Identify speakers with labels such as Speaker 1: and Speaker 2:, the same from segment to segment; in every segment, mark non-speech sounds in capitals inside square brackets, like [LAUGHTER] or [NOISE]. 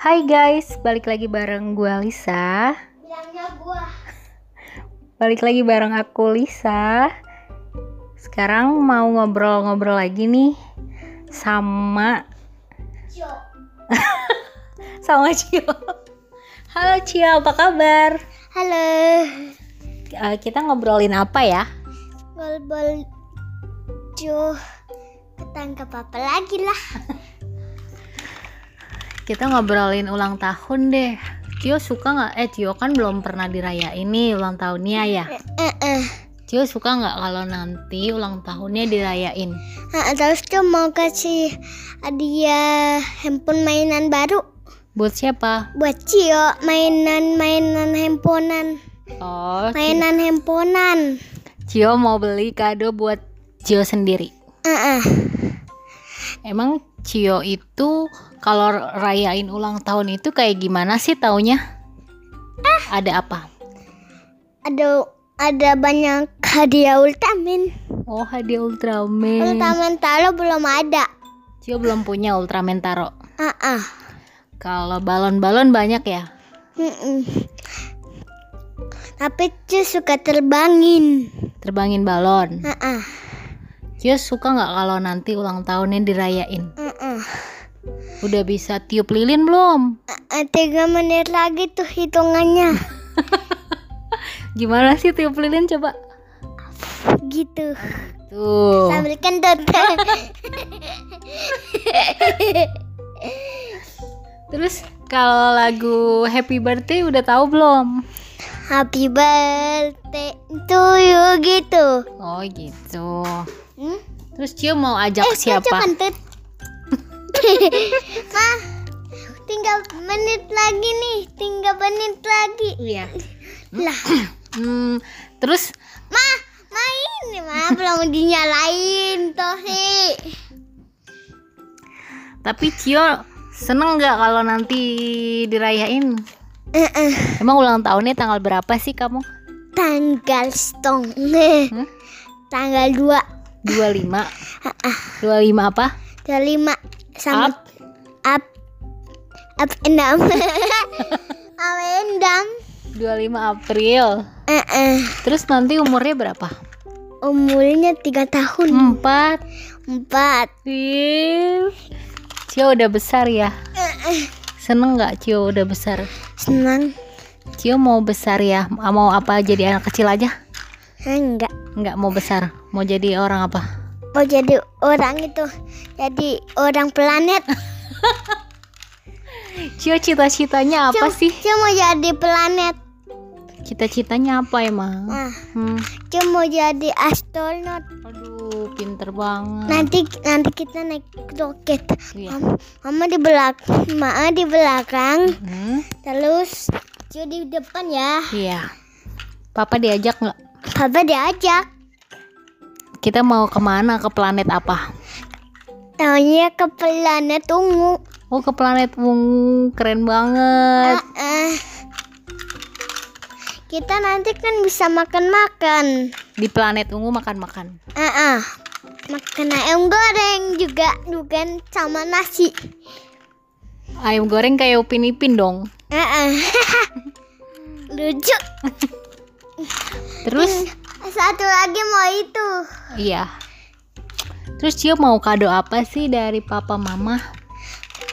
Speaker 1: Hai guys, balik lagi bareng gue Lisa
Speaker 2: bilangnya gua
Speaker 1: Balik lagi bareng aku Lisa Sekarang mau ngobrol-ngobrol lagi nih Sama
Speaker 2: Jo
Speaker 1: Sama Cio Halo Cio, apa kabar?
Speaker 2: halo
Speaker 1: Eh, kita ngobrolin apa ya?
Speaker 2: bol bol Jo ketangkep apa lagi lah
Speaker 1: Kita ngobrolin ulang tahun deh Cio suka nggak? Eh Cio kan belum pernah dirayain nih ulang tahunnya ya
Speaker 2: eh eh
Speaker 1: Cio suka nggak kalau nanti ulang tahunnya dirayain?
Speaker 2: Nah, terus Jo mau kasih hadiah handphone mainan baru
Speaker 1: Buat siapa?
Speaker 2: buat Cio mainan mainan handphonean
Speaker 1: Oh,
Speaker 2: mainan handphonean
Speaker 1: Cio mau beli kado buat Cio sendiri.
Speaker 2: eh eh
Speaker 1: Emang Cio itu kalau rayain ulang tahun itu kayak gimana sih taunya? Ada apa?
Speaker 2: ada ada banyak hadiah ultraman
Speaker 1: Oh, hadiah Ultraman.
Speaker 2: ultraman taro belum ada
Speaker 1: Cio belum punya Ultraman Taro.
Speaker 2: ah ah
Speaker 1: Kalau balon-balon banyak ya?
Speaker 2: Mm-mm. Tapi Cu suka terbangin.
Speaker 1: Terbangin balon.
Speaker 2: Heeh,
Speaker 1: Cio suka nggak kalau nanti ulang tahunnya dirayain?
Speaker 2: heeh.
Speaker 1: Udah bisa tiup lilin belum?
Speaker 2: Heeh, Eh, Tiga menit lagi tuh hitungannya.
Speaker 1: Gimana sih tiup lilin coba?
Speaker 2: gitu.
Speaker 1: Tuh.
Speaker 2: Sambil kentut.
Speaker 1: Terus kalau lagu Happy Birthday udah tahu belum?
Speaker 2: [LAUGHS] Happy birthday to you gitu.
Speaker 1: Oh gitu.
Speaker 2: Hmm?
Speaker 1: Terus Cio mau ajak
Speaker 2: Eh, Cu
Speaker 1: siapa?
Speaker 2: kentut. [LAUGHS] Mah, tinggal menit lagi nih. Tinggal menit lagi.
Speaker 1: Iya.
Speaker 2: [LAUGHS] Lah,
Speaker 1: Hmm, terus
Speaker 2: mah, mah ini mah belum dinyalain toh sih.
Speaker 1: tapi Cio seneng nggak kalau nanti dirayain?
Speaker 2: Heeh.
Speaker 1: Emang ulang tahunnya tanggal berapa sih kamu?
Speaker 2: tanggal stong
Speaker 1: Hmm?
Speaker 2: tanggal 2
Speaker 1: 25 25 apa?
Speaker 2: dan 5 sama
Speaker 1: Up?
Speaker 2: up up and down [LAUGHS] up and down
Speaker 1: 25 April
Speaker 2: Eh, eh.
Speaker 1: Terus nanti umurnya berapa?
Speaker 2: umurnya 3 tahun
Speaker 1: 4
Speaker 2: 4
Speaker 1: Ih, Cio udah besar ya? Seneng nggak Cio udah besar?
Speaker 2: senang
Speaker 1: Cio mau besar ya? Mau apa jadi anak kecil aja?
Speaker 2: Eh, enggak
Speaker 1: Nggak mau besar, mau jadi orang apa?
Speaker 2: mau jadi orang itu jadi orang planet
Speaker 1: Cio cita-citanya [LAUGHS] apa
Speaker 2: Cuma-
Speaker 1: sih?
Speaker 2: cuma mau jadi planet
Speaker 1: Cita-citanya apa emang?
Speaker 2: nah
Speaker 1: Hmm.
Speaker 2: cuma mau jadi astronot
Speaker 1: Aduh, pinter banget.
Speaker 2: nanti nanti kita naik roket
Speaker 1: Iya.
Speaker 2: Mam- mama di belakang mama di belakang
Speaker 1: Hmm,
Speaker 2: Terus Cio di depan ya.
Speaker 1: Iya. Papa diajak nggak?
Speaker 2: Papa diajak.
Speaker 1: Kita mau kemana? Ke planet apa?
Speaker 2: Taunya ke planet ungu.
Speaker 1: Oh, ke planet ungu. Keren banget.
Speaker 2: Ah, ah. Kita nanti kan bisa makan-makan.
Speaker 1: Di planet ungu makan-makan.
Speaker 2: Ah, ah. Makan ayam goreng juga, juga sama nasi.
Speaker 1: Ayam goreng kayak Upin Ipin dong.
Speaker 2: Ah, [LAUGHS] ah. Lucu.
Speaker 1: Terus,
Speaker 2: Satu lagi mau itu.
Speaker 1: iya. Terus Cio mau kado apa sih dari papa mama?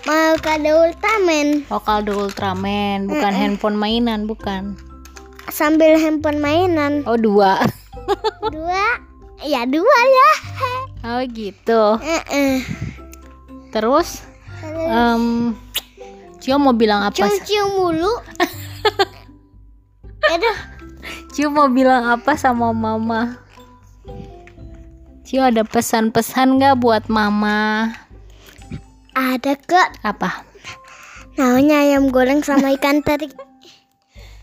Speaker 2: Mau kado ultraman
Speaker 1: Oh, kado Ultraman, bukan handphone mainan, bukan.
Speaker 2: sambil handphone mainan.
Speaker 1: Oh, dua. [LAUGHS]
Speaker 2: Dua. Ya dua [LAUGHS] ya.
Speaker 1: Oh, gitu.
Speaker 2: Eh, eh.
Speaker 1: Terus Ah, Em, Cio mau bilang apa?
Speaker 2: cium-cium mulu aduh
Speaker 1: Cio mau bilang apa sama mama? Cio ada pesan-pesan nggak buat mama?
Speaker 2: ada ke
Speaker 1: Apa?
Speaker 2: namanya ayam goreng sama ikan teri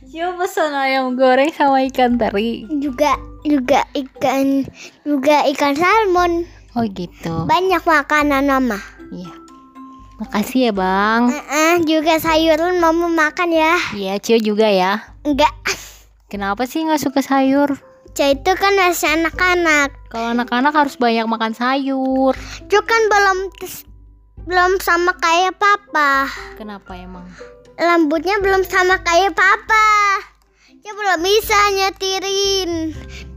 Speaker 1: Cio pesan ayam goreng sama ikan teri.
Speaker 2: juga juga ikan juga ikan salmon
Speaker 1: Oh gitu.
Speaker 2: banyak makanan mama
Speaker 1: Iya. Makasih ya bang.
Speaker 2: Eh, juga sayuran mama makan ya
Speaker 1: Iya Cio juga ya.
Speaker 2: enggak
Speaker 1: Kenapa sih nggak suka sayur?
Speaker 2: Cah itu kan masih anak-anak
Speaker 1: Kalau anak-anak harus banyak makan sayur.
Speaker 2: Cu kan belum tes- belum sama kayak papa.
Speaker 1: Kenapa emang?
Speaker 2: Rambutnya belum sama kayak papa. Dia belum bisa nyetirin.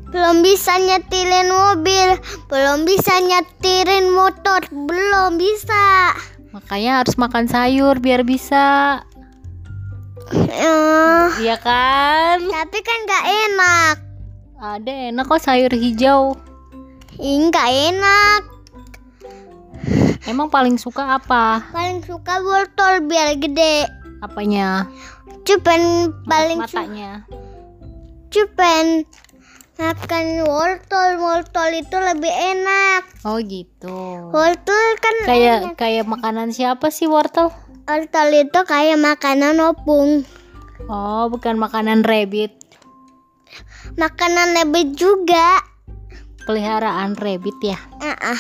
Speaker 2: Belum bisa nyetirin mobil, belum bisa nyetirin motor, belum bisa.
Speaker 1: Makanya harus makan sayur biar bisa.
Speaker 2: Eh,
Speaker 1: Iya kan?
Speaker 2: tapi kan gak enak.
Speaker 1: Ada enak kok sayur hijau.
Speaker 2: Ini gak enak.
Speaker 1: Emang paling suka apa?
Speaker 2: Paling suka wortel biar gede.
Speaker 1: Apanya?
Speaker 2: Cuman paling su-
Speaker 1: matanya.
Speaker 2: cuman makan wortel, wortel itu lebih enak.
Speaker 1: Oh gitu.
Speaker 2: Wortel kan enak.
Speaker 1: Kayak kayak makanan siapa sih wortel?
Speaker 2: wortel itu kayak makanan opung.
Speaker 1: Oh, bukan makanan rabbit.
Speaker 2: Makanan lebih juga.
Speaker 1: Peliharaan rabbit ya.
Speaker 2: Ah.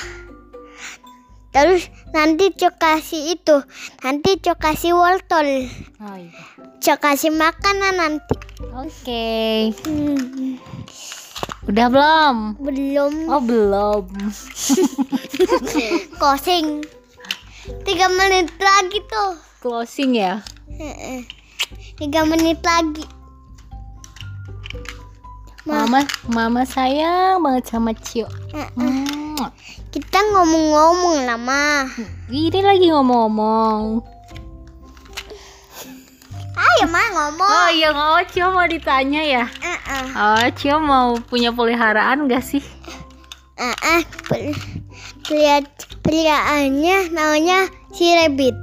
Speaker 2: Terus nanti cok kasih itu, nanti cok kasih wortel,
Speaker 1: Oh iya.
Speaker 2: cok kasih makanan nanti.
Speaker 1: Oke.
Speaker 2: Hmm,
Speaker 1: Udah belum?
Speaker 2: belum
Speaker 1: Oh, belum.
Speaker 2: [LAUGHS] closing. Tiga menit lagi tuh.
Speaker 1: Closing ya.
Speaker 2: Heeh. Tiga menit lagi. Ma-
Speaker 1: Mama, mama sayang banget sama Cio. Mm.
Speaker 2: Heeh.
Speaker 1: Mwah.
Speaker 2: Kita ngomong-ngomong lama.
Speaker 1: Ini lagi ngomong-ngomong.
Speaker 2: Ayo ma ngomong.
Speaker 1: Oh iya, oh Cio mau ditanya ya.
Speaker 2: Heeh.
Speaker 1: Oh, Cio mau punya peliharaan gak sih?
Speaker 2: Heeh. Pel- pelihat- peliharaannya namanya si rabbit.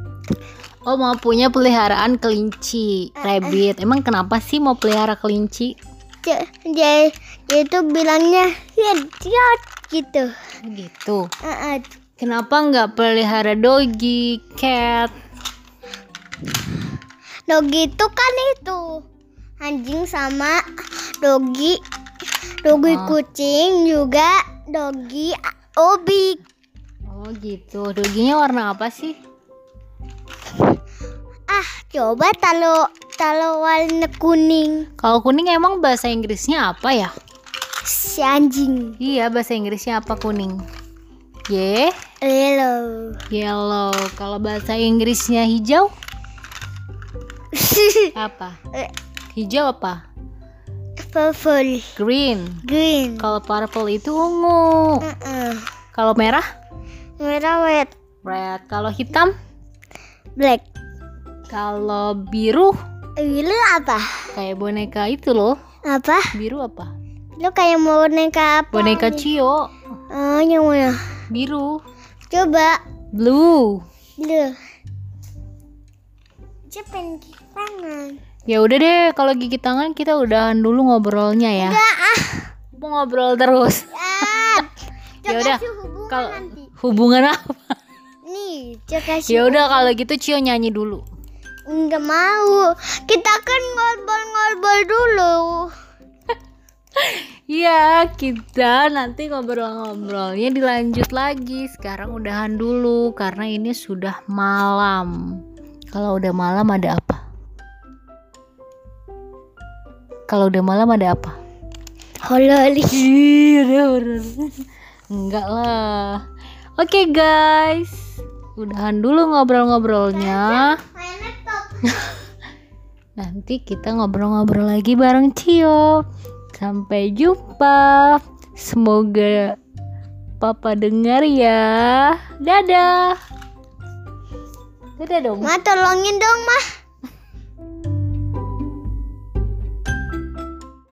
Speaker 1: Oh, mau punya peliharaan kelinci, rabbit. Emang kenapa sih mau pelihara kelinci?
Speaker 2: Dia, dia, dia itu bilangnya idiot gitu.
Speaker 1: Gitu.
Speaker 2: Heeh.
Speaker 1: Kenapa nggak pelihara doggy, cat?
Speaker 2: Lo gitu kan itu anjing sama dogi, dogi
Speaker 1: Oh.
Speaker 2: kucing juga dogi obik.
Speaker 1: Oh gitu. Doginya warna apa sih?
Speaker 2: Ah, coba talo talo warna kuning
Speaker 1: Kalau kuning emang bahasa Inggrisnya apa ya?
Speaker 2: si anjing.
Speaker 1: Iya, bahasa Inggrisnya apa kuning? Ye,
Speaker 2: Hello. [LAUGHS]
Speaker 1: yellow. Kalau bahasa Inggrisnya hijau apa? Hijau apa?
Speaker 2: Purple,
Speaker 1: Green.
Speaker 2: green.
Speaker 1: Kalau purple itu ungu.
Speaker 2: Heeh.
Speaker 1: Kalau merah?
Speaker 2: Merah, red,
Speaker 1: Red. Kalau hitam?
Speaker 2: black.
Speaker 1: Kalau biru?
Speaker 2: Biru apa?
Speaker 1: Kayak boneka itu loh.
Speaker 2: Apa?
Speaker 1: Biru apa?
Speaker 2: Lu kayak mau boneka apa?
Speaker 1: Boneka Cio.
Speaker 2: Oh, yang mana?
Speaker 1: Biru.
Speaker 2: Coba
Speaker 1: Blue.
Speaker 2: lu. Cepen tangan.
Speaker 1: Ya udah deh, kalau gigit tangan kita udahan dulu ngobrolnya ya.
Speaker 2: Enggak ah.
Speaker 1: Mau ngobrol terus.
Speaker 2: ah. Cok
Speaker 1: [LAUGHS] Ya udah,
Speaker 2: kasih hubungan
Speaker 1: Kalau
Speaker 2: nanti.
Speaker 1: hubungan [LAUGHS] apa?
Speaker 2: Nih, cok kasih.
Speaker 1: Ya udah kalau gitu Cio nyanyi dulu.
Speaker 2: Enggak mau. Kita kan ngobrol-ngobrol dulu.
Speaker 1: Iya, kita nanti ngobrol-ngobrolnya dilanjut lagi. Sekarang udahan dulu karena ini sudah malam. Kalau udah malam ada apa? Kalau udah malam ada apa?
Speaker 2: Hololi.
Speaker 1: Ih, ada horor. Enggak lah. Oke guys, udahan dulu ngobrol-ngobrolnya. [LAUGHS]
Speaker 2: Main laptop.
Speaker 1: Nanti kita ngobrol-ngobrol lagi bareng Cio. Sampai jumpa. Semoga Papa dengar ya. Dadah. Dadah dong.
Speaker 2: Ma tolongin dong, Ma.